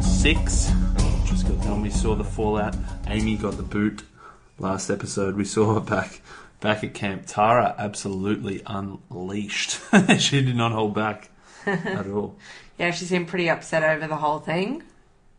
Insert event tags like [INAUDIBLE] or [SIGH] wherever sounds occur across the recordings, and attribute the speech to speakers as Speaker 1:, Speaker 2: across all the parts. Speaker 1: six.
Speaker 2: Just got done. We saw the fallout. Amy got the boot. Last episode, we saw her back back at camp. Tara absolutely unleashed. [LAUGHS] she did not hold back at all.
Speaker 1: Yeah, she seemed pretty upset over the whole thing.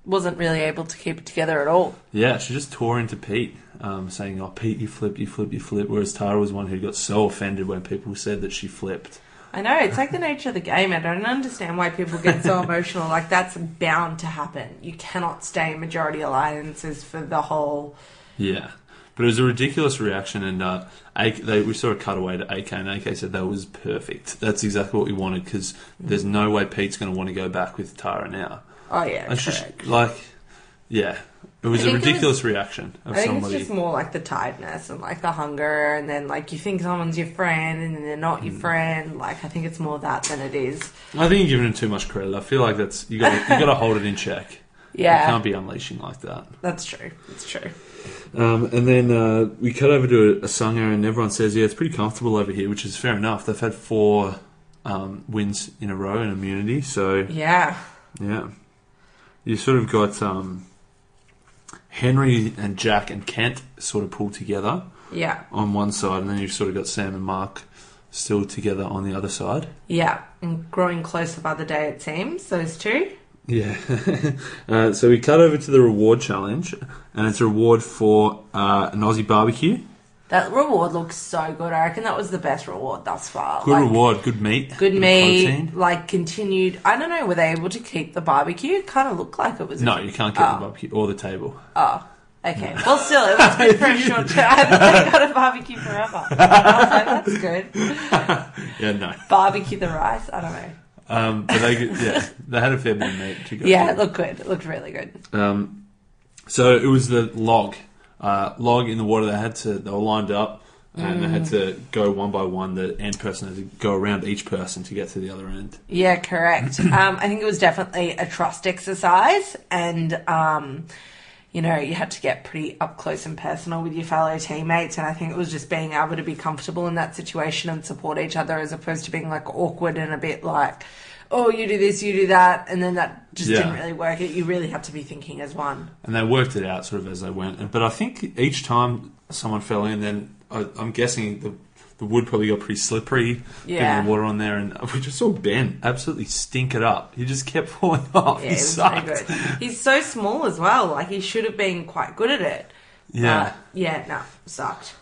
Speaker 1: Wasn't really able to keep it together at all.
Speaker 2: Yeah, she just tore into Pete, um, saying, "Oh, Pete, you flipped, you flipped, you flipped." Whereas Tara was one who got so offended when people said that she flipped.
Speaker 1: I know, it's like the nature of the game. I don't understand why people get so emotional. Like, that's bound to happen. You cannot stay majority alliances for the whole.
Speaker 2: Yeah, but it was a ridiculous reaction, and uh, AK, they, we saw a cutaway to AK, and AK said that was perfect. That's exactly what we wanted because there's no way Pete's going to want to go back with Tara now.
Speaker 1: Oh, yeah.
Speaker 2: It's just,
Speaker 1: correct.
Speaker 2: like, yeah, it was
Speaker 1: I
Speaker 2: a
Speaker 1: think it
Speaker 2: ridiculous reaction of
Speaker 1: I think
Speaker 2: somebody.
Speaker 1: it's just more like the tiredness and like the hunger, and then like you think someone's your friend and then they're not
Speaker 2: Hmm.
Speaker 1: your friend. Like, I think it's more that than it is.
Speaker 2: I think you're giving him too much credit. I feel like that's you got you got to hold it in check. you
Speaker 1: Yeah,
Speaker 2: can't be unleashing like that.
Speaker 1: that's true. It's true.
Speaker 2: Um, and then uh, we cut over to a, a sung area, and everyone says, "Yeah, it's pretty comfortable over here," which is fair enough. They've had four um, wins in a row in immunity, so
Speaker 1: Yeah.
Speaker 2: yeah, you sort of got um, Henry and Jack and Kent sort of pulled together
Speaker 1: Yeah.
Speaker 2: on one side, and then you've sort of got Sam and Mark still together on the other side.
Speaker 1: Yeah. And growing closer by the day, it seems, those two. [LAUGHS]
Speaker 2: Yeah. uh, so we cut over to the reward challenge, and it's a reward for uh, an Aussie barbecue.
Speaker 1: That reward looks so good. I reckon that was the best reward thus far.
Speaker 2: Good
Speaker 1: Like,
Speaker 2: reward, good meat,
Speaker 1: Good meat.
Speaker 2: protein.
Speaker 1: Like continued. I don't know. Were they able to keep the barbecue? It kind of looked like it was.
Speaker 2: No, you can't get the barbecue or the table.
Speaker 1: Oh. Okay. Well, still, it was good for a
Speaker 2: [LAUGHS]
Speaker 1: short time. [LAUGHS] I got a barbecue forever. I was like, that's good.
Speaker 2: Yeah, no.
Speaker 1: Barbecue the rice. I don't know.
Speaker 2: Um, but they, yeah, they had a fair bit of meat to go.
Speaker 1: Yeah, it
Speaker 2: through.
Speaker 1: looked good. It looked really good.
Speaker 2: Um, so it was the log, uh, log in the water. They had to. They were lined up, and they
Speaker 1: Mm.
Speaker 2: had to go one by one. The end person had to go around each person to get to the other end. [CLEARS THROAT]
Speaker 1: Yeah, correct. um, I think it was definitely a trust exercise, and um, you know, you had to get pretty up close and personal with your fellow teammates. And I think it was just being able to be comfortable in that situation and support each other, as opposed to being like awkward and a bit like, "Oh, you do this, you do that," and then that just
Speaker 2: Yeah.
Speaker 1: didn't really work. It you really had to be thinking as one.
Speaker 2: and they worked it out sort of as they went. And- But I think each time someone fell in, then I, I'm guessing the the wood probably got pretty slippery.
Speaker 1: Yeah.
Speaker 2: and the water on there, and [LAUGHS] we just saw Ben absolutely stink it up. He just kept [LAUGHS] falling off. Oh,
Speaker 1: Yeah,
Speaker 2: he
Speaker 1: it was
Speaker 2: sucked. [LAUGHS]
Speaker 1: no good. He's so small as well. Like he should have been quite good at it.
Speaker 2: Yeah,
Speaker 1: But, yeah. No, sucked.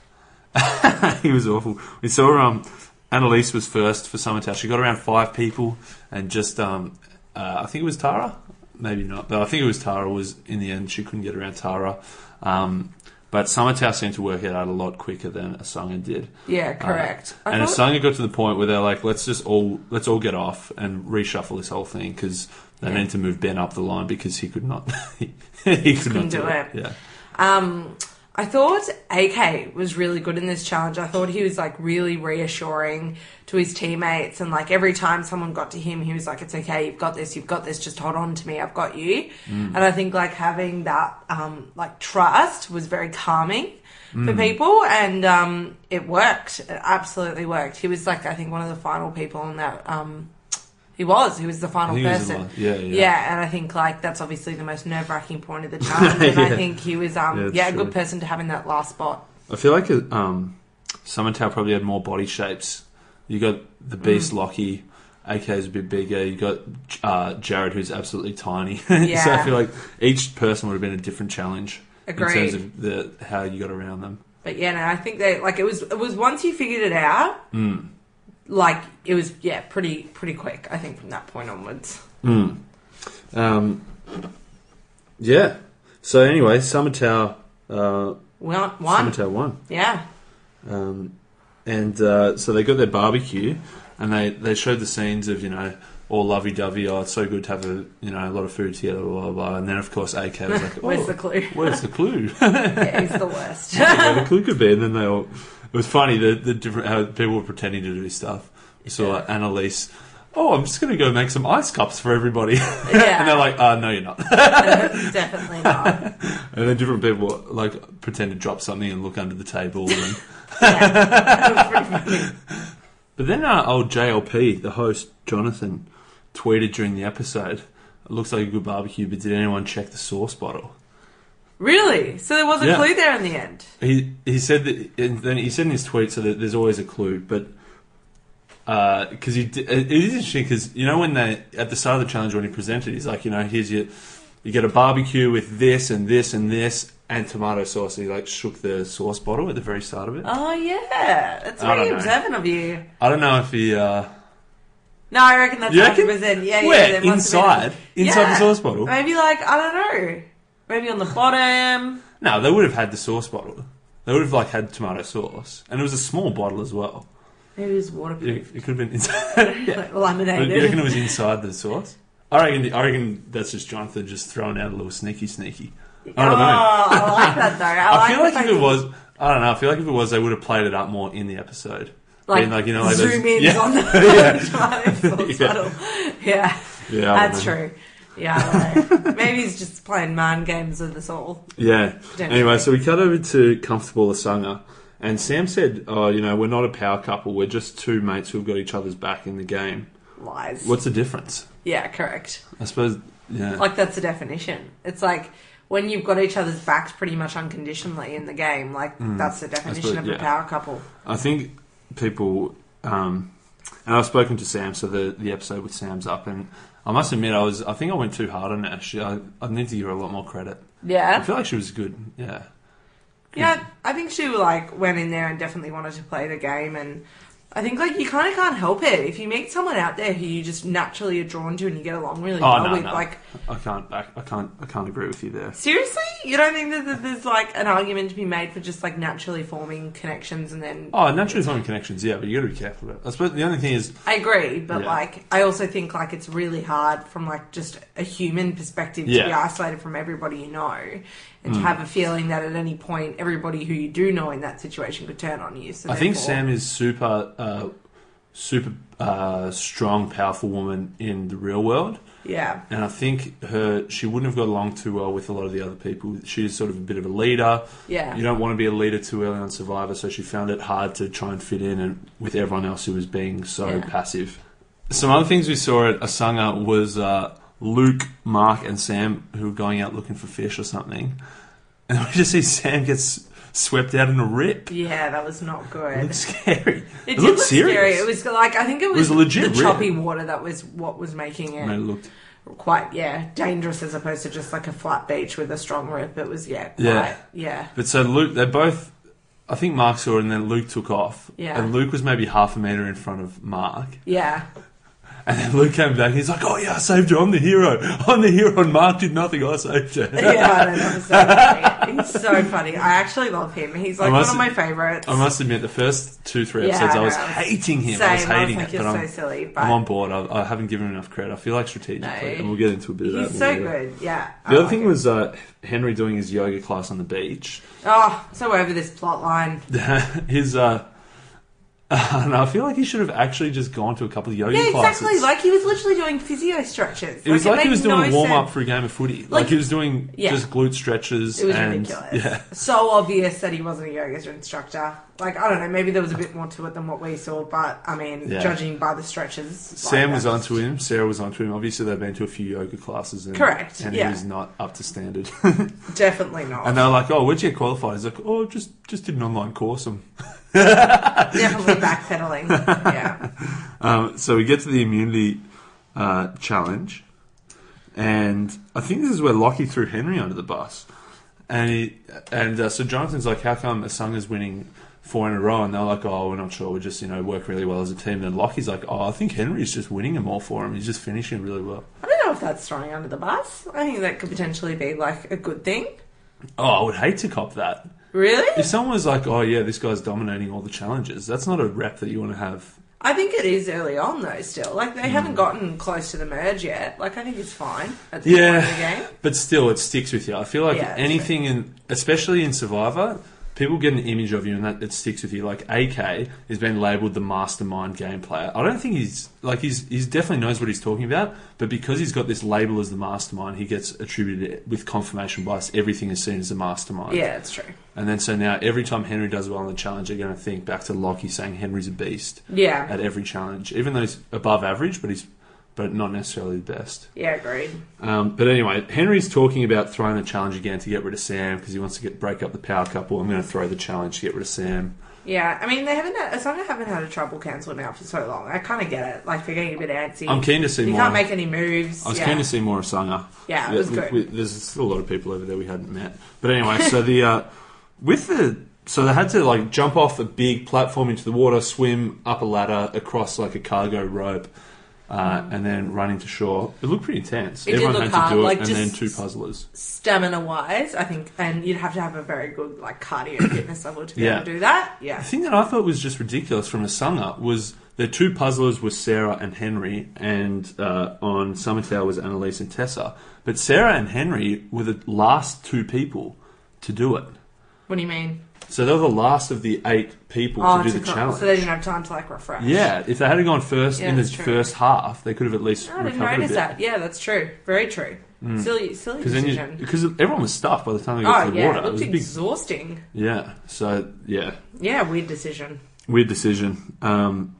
Speaker 2: [LAUGHS] he was awful. We saw um, Annalise was first for Summertown. She got around five people, and just um, uh, I think it was Tara, maybe not, but I think it was Tara. Was in the end she couldn't get around Tara. Um, but Summertown seemed to work it out a lot quicker than Asanga did.
Speaker 1: Yeah, correct.
Speaker 2: Uh,
Speaker 1: I
Speaker 2: and
Speaker 1: thought-
Speaker 2: Asanga got to the point where they're like, let's just all let's all get off and reshuffle this whole thing because they
Speaker 1: Yeah.
Speaker 2: meant to move Ben up the line because he could not [LAUGHS] he, he could
Speaker 1: couldn't
Speaker 2: not do,
Speaker 1: do
Speaker 2: it.
Speaker 1: it.
Speaker 2: Yeah,
Speaker 1: Um, I thought AK was really good in this challenge. I thought he was like really reassuring to his teammates, and like every time someone got to him, he was like, "It's okay, you've got this, you've got this. Just hold on to me, I've got you."
Speaker 2: Mm.
Speaker 1: And I think like having that um, like trust was very calming
Speaker 2: Mm.
Speaker 1: for people, and um, it worked. It absolutely worked. He was like I think one of the final people in that. Um, he was. He was the final
Speaker 2: I think he was the
Speaker 1: person.
Speaker 2: last- yeah, yeah.
Speaker 1: and I think like that's obviously the most nerve wracking point of the challenge.
Speaker 2: [LAUGHS]
Speaker 1: And I
Speaker 2: Yeah.
Speaker 1: think he was um
Speaker 2: Yeah,
Speaker 1: yeah,
Speaker 2: it's
Speaker 1: a
Speaker 2: true.
Speaker 1: good person to have in that last spot.
Speaker 2: I feel like um, Summertown probably had more body shapes. You got the
Speaker 1: Mm.
Speaker 2: beast Lockie, AK's a bit bigger. You got uh, Jared, who's absolutely tiny. [LAUGHS] so I
Speaker 1: Yeah.
Speaker 2: feel like each person would have been a different challenge in terms
Speaker 1: Agreed.
Speaker 2: of the how you got around them.
Speaker 1: But yeah, no, I think they like it was it was once you figured it out,
Speaker 2: Mm.
Speaker 1: like it was yeah pretty pretty quick. I think from that point onwards.
Speaker 2: Mm. Um, yeah. So anyway, Summertown, uh,
Speaker 1: One, one.
Speaker 2: Summertown won.
Speaker 1: yeah,
Speaker 2: Um, and uh, so they got their barbecue, and they, they showed the scenes of you know all lovey dovey. Oh, it's so good to have a you know a lot of food together, blah blah. blah. And then of course AK was like, oh,
Speaker 1: [LAUGHS] where's the
Speaker 2: [LAUGHS]
Speaker 1: clue?
Speaker 2: where's the
Speaker 1: [LAUGHS]
Speaker 2: clue?
Speaker 1: yeah, he's the
Speaker 2: [LAUGHS]
Speaker 1: worst.
Speaker 2: Where the clue could be. And then they all it was funny the the different how people were pretending to do stuff. So uh, Annalise. Oh, I'm just going to go make some ice cups for everybody. [LAUGHS] and they're
Speaker 1: yeah,
Speaker 2: like, uh, no, you're not.
Speaker 1: [LAUGHS] definitely not.
Speaker 2: And then different people, like, pretend to drop something and look under the table. And... uh, But then our old JLP, the host, Jonathan, tweeted during the episode It looks like a good barbecue, but did anyone check the sauce bottle?
Speaker 1: [LAUGHS] Really? So there was a
Speaker 2: Yeah.
Speaker 1: clue there in the end.
Speaker 2: He he said that, and then he said in his tweet so that there's always a clue, but because he di- it is interesting because you know when they at the start of the challenge when he presented, he's like, you know, here's your you get a barbecue with this and this and this and tomato sauce. He like shook the sauce bottle at the very start of it.
Speaker 1: Oh yeah, that's
Speaker 2: I
Speaker 1: very
Speaker 2: don't know.
Speaker 1: observant of you.
Speaker 2: I don't know if he uh,
Speaker 1: No, I reckon that's
Speaker 2: You
Speaker 1: hundred
Speaker 2: reckon?
Speaker 1: percent. Yeah, yeah.
Speaker 2: where
Speaker 1: there must have been-
Speaker 2: inside inside
Speaker 1: Yeah.
Speaker 2: the sauce bottle.
Speaker 1: Maybe like I don't know. Maybe on the bottom.
Speaker 2: No, they would have had the sauce bottle. They would have like had tomato sauce, and it was a small bottle as well.
Speaker 1: Maybe it's waterproof.
Speaker 2: It, it could have been
Speaker 1: [LAUGHS]
Speaker 2: inside. yeah.
Speaker 1: Like
Speaker 2: Do you reckon it
Speaker 1: laminated.
Speaker 2: was inside the sauce? I reckon. I reckon that's just Jonathan just throwing out a little sneaky, sneaky. I
Speaker 1: oh,
Speaker 2: don't know.
Speaker 1: I like that though.
Speaker 2: [LAUGHS]
Speaker 1: I,
Speaker 2: I feel
Speaker 1: the
Speaker 2: like
Speaker 1: fact
Speaker 2: if it
Speaker 1: that-
Speaker 2: was, I don't know. I feel like if it was, they would have played it up more in the episode.
Speaker 1: like,
Speaker 2: Being like, you know, like
Speaker 1: zoom
Speaker 2: those-
Speaker 1: in
Speaker 2: yeah.
Speaker 1: on the
Speaker 2: [LAUGHS]
Speaker 1: [LAUGHS]
Speaker 2: Yeah.
Speaker 1: tomato sauce
Speaker 2: Yeah.
Speaker 1: bottle. Yeah,
Speaker 2: Yeah, I don't
Speaker 1: that's
Speaker 2: know.
Speaker 1: true. Yeah, I
Speaker 2: [LAUGHS]
Speaker 1: don't know. maybe he's just playing mind games with us all.
Speaker 2: Yeah.
Speaker 1: Potentially.
Speaker 2: Anyway, so we cut over to Comfortable Asanga, and Sam said, "Oh, you know, we're not a power couple. We're just two mates who've got each other's back in the game.
Speaker 1: Lies.
Speaker 2: What's the difference?
Speaker 1: Yeah, correct.
Speaker 2: I suppose. Yeah.
Speaker 1: Like that's the definition. It's like when you've got each other's backs pretty much unconditionally in the game. Like that's the definition
Speaker 2: Mm. suppose,
Speaker 1: of a
Speaker 2: yeah.
Speaker 1: power couple.
Speaker 2: I think people, um, and I've spoken to Sam, so the, the episode with Sam's up, and I must admit, I was I think I went too hard on Ash. I, I need to give her a lot more credit. I
Speaker 1: Yeah,
Speaker 2: feel like she was good. Yeah,
Speaker 1: yeah. I think she like went in there and definitely wanted to play the game, and I think like you kind of can't help it if you meet someone out there who you just naturally are drawn to and you get along really
Speaker 2: Oh,
Speaker 1: well
Speaker 2: no,
Speaker 1: with.
Speaker 2: no.
Speaker 1: Like
Speaker 2: I can't I, I can't I can't agree with you there.
Speaker 1: seriously, you don't think that, that there's like an argument to be made for just like naturally forming connections and then
Speaker 2: Oh, naturally forming connections, yeah, but you got to be careful about. It. I suppose the only thing is,
Speaker 1: I agree, but
Speaker 2: Yeah.
Speaker 1: like I also think like it's really hard from like just a human perspective to be
Speaker 2: Yeah. Hmm.
Speaker 1: isolated from everybody you know and to have a feeling that at any point everybody who you do know in that situation could turn on you. So
Speaker 2: I think
Speaker 1: therefore-
Speaker 2: Sam is super uh, super uh, strong, powerful woman in the real world.
Speaker 1: Yeah.
Speaker 2: And I think her she wouldn't have got along too well with a lot of the other people. She's sort of a bit of a leader.
Speaker 1: Yeah.
Speaker 2: You don't want to be a leader too early on Survivor, so she found it hard to try and fit in and with everyone else who was being so
Speaker 1: Yeah.
Speaker 2: passive. Some other things we saw at Asanga was uh, Luke, Mark, and Sam who were going out looking for fish or something, [LAUGHS] and we just see Sam gets swept out in a rip.
Speaker 1: Yeah, that was not good.
Speaker 2: It looked scary.
Speaker 1: it,
Speaker 2: It,
Speaker 1: did
Speaker 2: looked
Speaker 1: look
Speaker 2: serious.
Speaker 1: scary. It was like I think it was,
Speaker 2: was a legit
Speaker 1: the
Speaker 2: rip.
Speaker 1: choppy water that was what was making it
Speaker 2: And it looked
Speaker 1: quite yeah dangerous as opposed to just like a flat beach with a strong rip. It was yeah
Speaker 2: Yeah.
Speaker 1: quite- yeah
Speaker 2: But so Luke, they both. I think Mark saw it, and then Luke took off.
Speaker 1: Yeah.
Speaker 2: And Luke was maybe half a meter in front of Mark,
Speaker 1: yeah
Speaker 2: and then Luke came back. and He's like, "Oh yeah, I saved you. I'm the hero. I'm the hero." And Mark did nothing. I saved you.
Speaker 1: [LAUGHS] yeah, I know, that was so funny. He's so funny. I actually love him. He's like
Speaker 2: I
Speaker 1: one
Speaker 2: must-
Speaker 1: of my favorites.
Speaker 2: I must admit, the first two, three
Speaker 1: Yeah,
Speaker 2: episodes,
Speaker 1: I
Speaker 2: I was
Speaker 1: know.
Speaker 2: hating him.
Speaker 1: Same.
Speaker 2: I was hating
Speaker 1: like,
Speaker 2: it,
Speaker 1: you're
Speaker 2: but
Speaker 1: so
Speaker 2: I'm,
Speaker 1: silly, but
Speaker 2: I'm on board. I, I haven't given him enough credit. I feel like strategically,
Speaker 1: No.
Speaker 2: and we'll get into a bit of that.
Speaker 1: he's so good. Yeah. I
Speaker 2: The other
Speaker 1: like
Speaker 2: thing
Speaker 1: him.
Speaker 2: was uh, Henry doing his yoga class on the beach. [LAUGHS]
Speaker 1: oh, so over this plot line.
Speaker 2: his, uh, [LAUGHS] I don't know, I feel like he should have actually just gone to a couple of yoga
Speaker 1: Yeah,
Speaker 2: classes.
Speaker 1: exactly. Like he was literally doing physio stretches.
Speaker 2: It was like, he
Speaker 1: made
Speaker 2: was doing
Speaker 1: no
Speaker 2: a warm up
Speaker 1: sense.
Speaker 2: for a game of footy. Like,
Speaker 1: Like-
Speaker 2: he was doing
Speaker 1: Yeah.
Speaker 2: just glute stretches.
Speaker 1: It was
Speaker 2: and,
Speaker 1: ridiculous.
Speaker 2: [LAUGHS] Yeah,
Speaker 1: So obvious that he wasn't a yoga instructor. Like I don't know, maybe there was a bit more to it than what we saw, but I mean,
Speaker 2: Yeah.
Speaker 1: judging by the stretches, like,
Speaker 2: Sam
Speaker 1: that
Speaker 2: was onto him. Sarah was onto him. Obviously, they've been to a few yoga classes. And,
Speaker 1: Correct,
Speaker 2: And
Speaker 1: yeah.
Speaker 2: he was not up to standard. [LAUGHS]
Speaker 1: Definitely not.
Speaker 2: and they're like, "Oh, where'd you get qualified?" He's like, "Oh, just just did an online course." Um, [LAUGHS]
Speaker 1: Definitely backpedaling. yeah.
Speaker 2: um, so we get to the immunity uh, challenge, and I think this is where Lockie threw Henry under the bus, and he and uh, so Jonathan's like, "How come Asanga's winning four in a row?" And they're like, "Oh, we're not sure. We just you know work really well as a team." And then Lockie's like, "Oh, I think Henry's just winning them all for him. He's just finishing really well."
Speaker 1: I don't know if that's throwing under the bus. I think that could potentially be like a good thing.
Speaker 2: Oh, I would hate to cop that.
Speaker 1: Really?
Speaker 2: If someone was like, "Oh yeah, this guy's dominating all the challenges," that's not a rep that you want to have.
Speaker 1: I think it is early on though. Still, like they
Speaker 2: Hmm.
Speaker 1: haven't gotten close to the merge yet. Like I think it's fine at this
Speaker 2: Yeah.
Speaker 1: point of the game.
Speaker 2: But still, it sticks with you. I feel like
Speaker 1: Yeah, that's
Speaker 2: anything in, especially in Survivor, people get an image of you and that it sticks with you. Like AK has been labelled the mastermind game player. I don't think he's like he's he's definitely knows what he's talking about, but because he's got this label as the mastermind, he gets attributed with confirmation bias everything is seen as the mastermind.
Speaker 1: Yeah, it's true.
Speaker 2: And then so now every time Henry does well in the challenge, they're going to think back to Lockie saying Henry's a beast
Speaker 1: Yeah,
Speaker 2: at every challenge, even though he's above average, but he's but not necessarily the best.
Speaker 1: Yeah, agreed.
Speaker 2: Um, but anyway, Henry's talking about throwing a challenge again to get rid of Sam because he wants to get break up the power couple. I'm going to throw the challenge to get rid of Sam.
Speaker 1: Yeah, I mean, they haven't. Had, Osaka haven't had a trouble cancel now for so long. I kind of get it. Like they're getting a bit antsy.
Speaker 2: I'm keen to see
Speaker 1: you
Speaker 2: more.
Speaker 1: can't make any moves.
Speaker 2: I was
Speaker 1: yeah.
Speaker 2: keen to see more of Sanger.
Speaker 1: Yeah, it was
Speaker 2: we-
Speaker 1: good.
Speaker 2: we- there's still a lot of people over there we hadn't met. But anyway, so the uh, with the so they had to like jump off a big platform into the water, swim up a ladder across like a cargo rope, uh, and then run into shore. It looked pretty intense.
Speaker 1: It did
Speaker 2: Everyone
Speaker 1: look
Speaker 2: had
Speaker 1: hard,
Speaker 2: to do it,
Speaker 1: like,
Speaker 2: and
Speaker 1: just-
Speaker 2: then two puzzlers.
Speaker 1: Stamina wise, I think, and you'd have to have a very good like cardio fitness level to be
Speaker 2: Yeah.
Speaker 1: able to do that.
Speaker 2: The
Speaker 1: Yeah.
Speaker 2: thing that I thought was just ridiculous from a Asanga was the two puzzlers were Sarah and Henry, and uh, on Summertower was Annalise and Tessa. But Sarah and Henry were the last two people to do it.
Speaker 1: What do you mean?
Speaker 2: So they were the last of the eight people to do
Speaker 1: Oh, to
Speaker 2: the
Speaker 1: co-
Speaker 2: challenge.
Speaker 1: So they didn't have time to like refresh.
Speaker 2: yeah, if they had gone first
Speaker 1: Yeah,
Speaker 2: in the
Speaker 1: that's true.
Speaker 2: first half, they could have at least
Speaker 1: I didn't
Speaker 2: recovered a
Speaker 1: notice
Speaker 2: bit. Mm.
Speaker 1: that. Yeah, that's true. Very true. Silly, silly
Speaker 2: Because then you,
Speaker 1: decision.
Speaker 2: because everyone was stuffed by the time they got
Speaker 1: oh
Speaker 2: to the
Speaker 1: yeah,
Speaker 2: water.
Speaker 1: it
Speaker 2: It was
Speaker 1: looked
Speaker 2: a big
Speaker 1: exhausting.
Speaker 2: yeah. So yeah,
Speaker 1: Yeah, weird decision.
Speaker 2: weird decision. Um,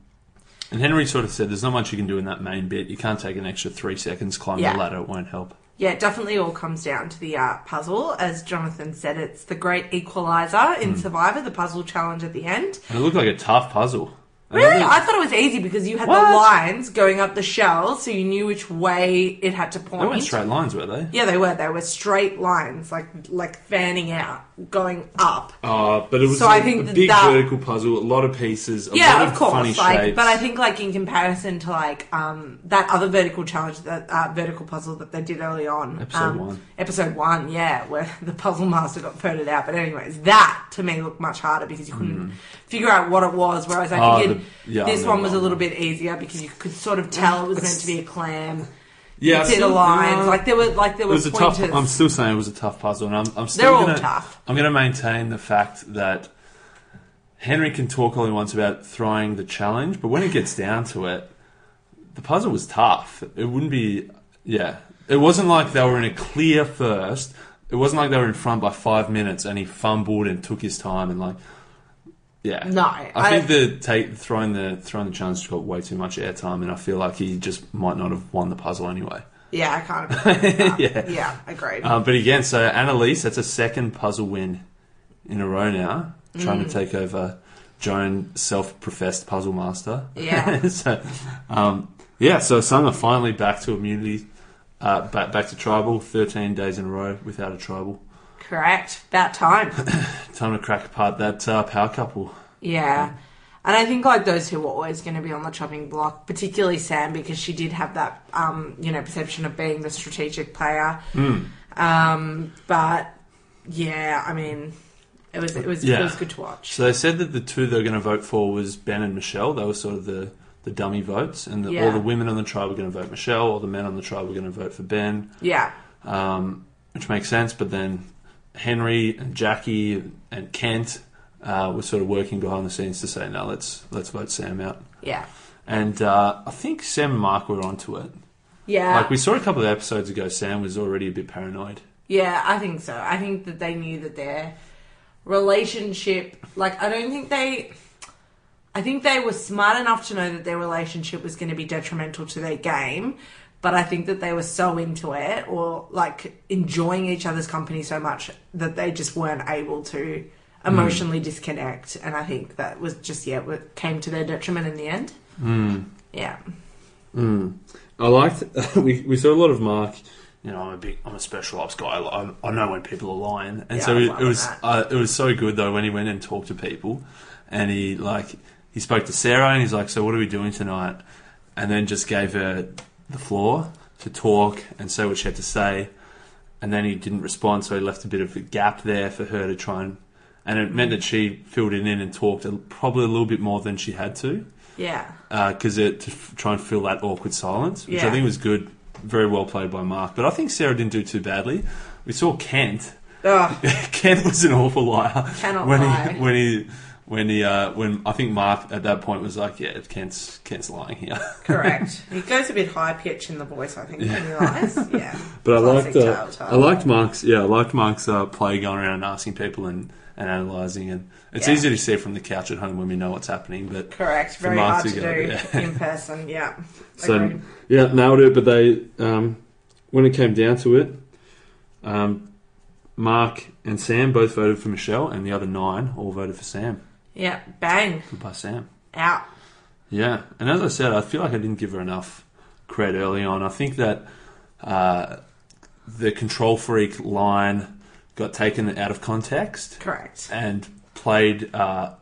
Speaker 2: and Henry sort of said, "There's not much you can do in that main bit. You can't take an extra three seconds climb
Speaker 1: Yeah.
Speaker 2: the ladder. It won't help."
Speaker 1: Yeah, it definitely all comes down to the uh, puzzle. As Jonathan said, it's the great equalizer
Speaker 2: Mm.
Speaker 1: in Survivor, the puzzle challenge at the end.
Speaker 2: And it looked like a tough puzzle. And I
Speaker 1: Really?
Speaker 2: think-
Speaker 1: I thought it was easy because you had
Speaker 2: What?
Speaker 1: the lines going up the shell, so you knew which way it had to point.
Speaker 2: They weren't straight lines, were they?
Speaker 1: Yeah, they were. They were straight lines, like like fanning out, going up.
Speaker 2: Uh, but it was
Speaker 1: So
Speaker 2: a,
Speaker 1: I think
Speaker 2: a
Speaker 1: that
Speaker 2: big
Speaker 1: that-
Speaker 2: vertical puzzle, a lot of pieces, a lot
Speaker 1: yeah,
Speaker 2: of,
Speaker 1: of course.
Speaker 2: funny
Speaker 1: like,
Speaker 2: shapes.
Speaker 1: but I think like in comparison to like um that other vertical challenge, that uh, vertical puzzle that they did early on,
Speaker 2: Episode
Speaker 1: um,
Speaker 2: one.
Speaker 1: episode one, yeah, where [LAUGHS] the puzzle master got voted out. But anyways, that to me looked much harder because you couldn't figure out what it was. Whereas I
Speaker 2: Ah,
Speaker 1: think
Speaker 2: Mm.
Speaker 1: it,
Speaker 2: the- yeah, I
Speaker 1: this
Speaker 2: know
Speaker 1: one was
Speaker 2: that
Speaker 1: a little
Speaker 2: one.
Speaker 1: bit easier because you could sort of tell it was meant to be a clam.
Speaker 2: yeah,
Speaker 1: you see the
Speaker 2: so-
Speaker 1: lines,
Speaker 2: uh,
Speaker 1: like there were like there
Speaker 2: It
Speaker 1: were
Speaker 2: was a
Speaker 1: pointers.
Speaker 2: tough. I'm still saying it was a tough puzzle, and I'm, I'm still.
Speaker 1: They're all
Speaker 2: gonna,
Speaker 1: tough.
Speaker 2: I'm going to maintain the fact that Henry can talk all he wants about throwing the challenge, but when it gets down to it, the puzzle was tough. It wouldn't be. Yeah, it wasn't like they were in a clear first. It wasn't like they were in front by five minutes, and he fumbled and took his time and like. Yeah.
Speaker 1: No,
Speaker 2: I,
Speaker 1: I-
Speaker 2: think the take, throwing the throwing the challenge got way too much airtime, and I feel like he just might not have won the puzzle anyway. [LAUGHS]
Speaker 1: yeah, I kind of agree with that.
Speaker 2: Yeah.
Speaker 1: yeah, agreed.
Speaker 2: Um, but again, so Annalise, that's a second puzzle win in a row now, trying
Speaker 1: Mm.
Speaker 2: to take over Joan, self-professed puzzle master. [LAUGHS]
Speaker 1: Yeah.
Speaker 2: so, um, yeah. So Sung are finally back to immunity, uh, back back to tribal. Thirteen days in a row without a tribal.
Speaker 1: Correct. About time.
Speaker 2: Time to crack apart that uh, power couple.
Speaker 1: Yeah. And I think like those two were always going to be on the chopping block, particularly Sam because she did have that um, you know perception of being the strategic player.
Speaker 2: Hmm.
Speaker 1: Um, but yeah, I mean, it was it was
Speaker 2: Yeah.
Speaker 1: it was good to watch.
Speaker 2: So they said that the two they were going to vote for was Ben and Michelle. They were sort of the the dummy votes, and that all
Speaker 1: Yeah.
Speaker 2: the women on the tribe were going to vote Michelle, all the men on the tribe were going to vote for Ben.
Speaker 1: Yeah,
Speaker 2: um, which makes sense. But then Henry and Jackie and Kent uh, were sort of working behind the scenes to say, no, let's let's vote Sam out.
Speaker 1: yeah,
Speaker 2: And uh, I think Sam and Mark were onto it.
Speaker 1: yeah,
Speaker 2: Like we saw a couple of episodes ago, Sam was already a bit paranoid.
Speaker 1: yeah. I think so. I think that they knew that their relationship, like, I don't think they. I think they were smart enough to know that their relationship was going to be detrimental to their game, but I think that they were so into it or like enjoying each other's company so much that they just weren't able to emotionally disconnect. And I think that was just, yeah, what came to their detriment in the end. Yeah.
Speaker 2: Mm. I liked. [LAUGHS] we we saw a lot of Mark. You know, I'm a big, I'm a special ops guy. I, I know when people are lying, and
Speaker 1: Yeah,
Speaker 2: so
Speaker 1: I
Speaker 2: it,
Speaker 1: love
Speaker 2: it was
Speaker 1: that.
Speaker 2: uh, it was so good though when he went and talked to people, and he like he spoke to Sarah and he's like, so what are we doing tonight? And then just gave her the floor to talk and say what she had to say, and then he didn't respond, so he left a bit of a gap there for her to try and, and it meant that she filled it in and talked a- probably a little bit more than she had to
Speaker 1: Yeah.
Speaker 2: because it uh, to f- try and fill that awkward silence, which I
Speaker 1: Yeah.
Speaker 2: think was good, very well played by Mark. But I think Sarah didn't do too badly. We saw Kent. [LAUGHS]
Speaker 1: Ugh.
Speaker 2: Kent was an awful liar
Speaker 1: Cannot
Speaker 2: when
Speaker 1: lie.
Speaker 2: he [LAUGHS] when he when he uh, when I think Mark at that point was like, yeah, Kent's Kent's lying here.
Speaker 1: Correct. [LAUGHS] He goes a bit high pitch in the voice, I think, when he lies.
Speaker 2: [LAUGHS]
Speaker 1: Yeah.
Speaker 2: [LAUGHS] But I liked
Speaker 1: Classic
Speaker 2: uh,
Speaker 1: Telltale.
Speaker 2: I liked Mark's yeah I liked Mark's uh, play going around and asking people and and analysing. And it's
Speaker 1: Yeah.
Speaker 2: easy to see from the couch at home when we know what's happening. But
Speaker 1: Correct.
Speaker 2: For
Speaker 1: Very hard
Speaker 2: months
Speaker 1: to
Speaker 2: ago,
Speaker 1: do
Speaker 2: yeah.
Speaker 1: [LAUGHS] in person. Yeah.
Speaker 2: So-
Speaker 1: Agreed.
Speaker 2: Yeah, nailed it. But they, um, when it came down to it, um, Mark and Sam both voted for Michelle, and the other nine all voted for Sam.
Speaker 1: Yeah. Bang.
Speaker 2: Goodbye, Sam.
Speaker 1: Out.
Speaker 2: Yeah, and as I said, I feel like I didn't give her enough credit early on. I think that uh, the control freak line got taken out of context
Speaker 1: Correct.
Speaker 2: and played uh,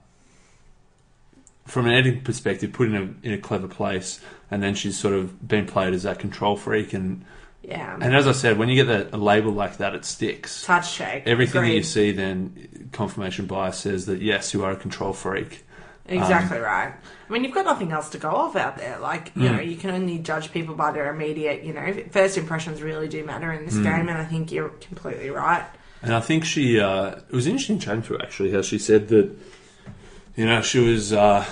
Speaker 2: from an editing perspective, put in a in a clever place, and then she's sort of been played as that control freak. And
Speaker 1: Yeah.
Speaker 2: and as I said, when you get that, a label like that, it sticks.
Speaker 1: Touch shake.
Speaker 2: Everything that you
Speaker 1: Agreed.
Speaker 2: see, then confirmation bias says that yes, you are a control freak.
Speaker 1: Exactly right. I mean, you've got nothing else to go off out there. Like, you
Speaker 2: Mm.
Speaker 1: know, you can only judge people by their immediate, you know, first impressions really do matter in this
Speaker 2: Mm.
Speaker 1: game, and I think you're completely right.
Speaker 2: And I think she, uh, it was an interesting chatting to her actually, how she said that, you know, she was uh,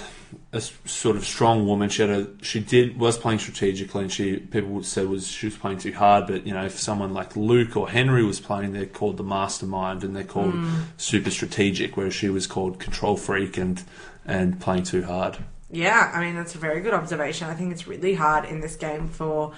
Speaker 2: a s- sort of strong woman. She had a, she did, was playing strategically and she, people would say was, she was playing too hard. But, you know, if someone like Luke or Henry was playing, they're called the mastermind and they're called super strategic, whereas she was called control freak and, and playing too hard.
Speaker 1: Yeah, I mean, that's a very good observation. I think it's really hard in this game for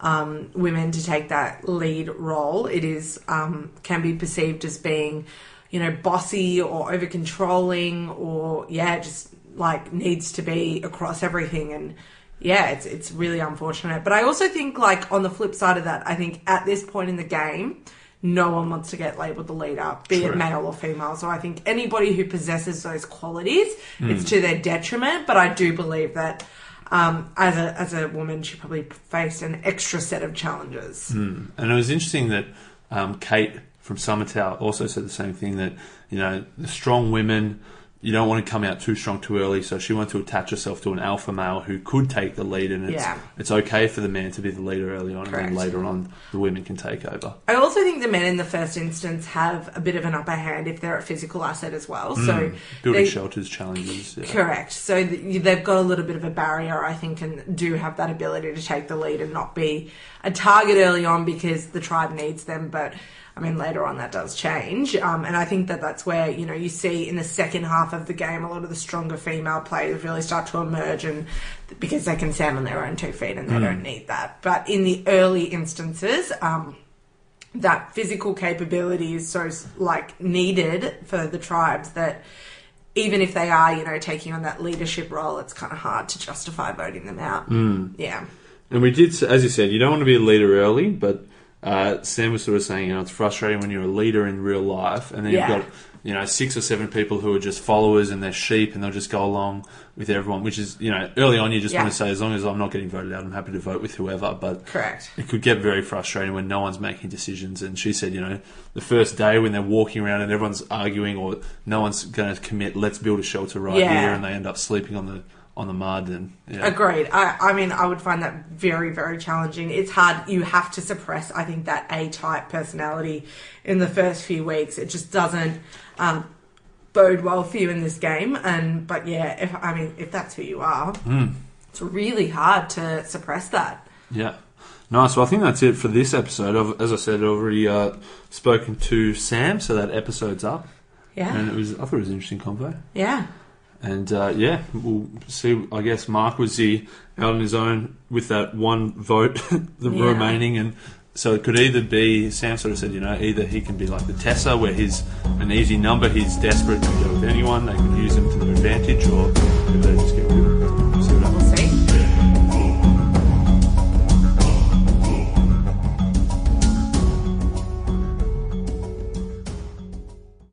Speaker 1: um, women to take that lead role. It is um, can be perceived as being, you know, bossy or over controlling, or yeah, just like needs to be across everything. And yeah, it's it's really unfortunate. But I also think, like on the flip side of that, I think at this point in the game. No one wants to get labelled the leader, be
Speaker 2: True.
Speaker 1: it male or female. So I think anybody who possesses those qualities, it's to their detriment. But I do believe that um, as a as a woman, she probably faced an extra set of challenges.
Speaker 2: Mm. And it was interesting that um, Kate from Summertown also said the same thing that, you know, the strong women, you don't want to come out too strong too early. So she wanted to attach herself to an alpha male who could take the lead. And it's,
Speaker 1: Yeah.
Speaker 2: it's okay for the man to be the leader early on.
Speaker 1: Correct.
Speaker 2: And then later on, the women can take over.
Speaker 1: I also think the men in the first instance have a bit of an upper hand if they're a physical asset as well. So
Speaker 2: Building
Speaker 1: they-
Speaker 2: shelters, challenges. Yeah.
Speaker 1: Correct. So th- you- they've got a little bit of a barrier, I think, and do have that ability to take the lead and not be a target early on because the tribe needs them. But I mean, later on that does change, um, and I think that that's where you know you see in the second half of the game a lot of the stronger female players really start to emerge, and because they can stand on their own two feet and they don't need that. But in the early instances. Um, that physical capability is so like needed for the tribes that even if they are, you know, taking on that leadership role, it's kind of hard to justify voting them out. Mm. Yeah,
Speaker 2: And we did, as you said, you don't want to be a leader early, but uh, Sam was sort of saying, you know, it's frustrating when you're a leader in real life, and then
Speaker 1: Yeah.
Speaker 2: you've got, you know, six or seven people who are just followers and they're sheep, and they'll just go along with everyone, which is, you know, early on you just
Speaker 1: Yeah.
Speaker 2: want to say, as long as I'm not getting voted out, I'm happy to vote with whoever, but
Speaker 1: correct.
Speaker 2: it could get very frustrating when no one's making decisions. And she said, you know, the first day when they're walking around and everyone's arguing or no one's going to commit, let's build a shelter right
Speaker 1: Yeah.
Speaker 2: here, and they end up sleeping on the on the mud and yeah.
Speaker 1: Agreed. I, I mean, I would find that very, very challenging. It's hard. You have to suppress, I think, that A type personality in the first few weeks. It just doesn't um, bode well for you in this game. And but yeah, if I mean, if that's who you are, it's really hard to suppress that.
Speaker 2: Yeah. Nice. Well, I think that's it for this episode. I've, as I said, I've already uh, spoken to Sam, so that episode's up.
Speaker 1: Yeah,
Speaker 2: And it was, I thought it was an interesting convo.
Speaker 1: yeah,
Speaker 2: And uh, yeah, we'll see. I guess Mark was the out on his own with that one vote, [LAUGHS] the
Speaker 1: Yeah.
Speaker 2: remaining, and so it could either be Sam sort of said, you know, either he can be like the Tessa, where he's an easy number, he's desperate to go with anyone, they could use him to their advantage, or if they just get rid of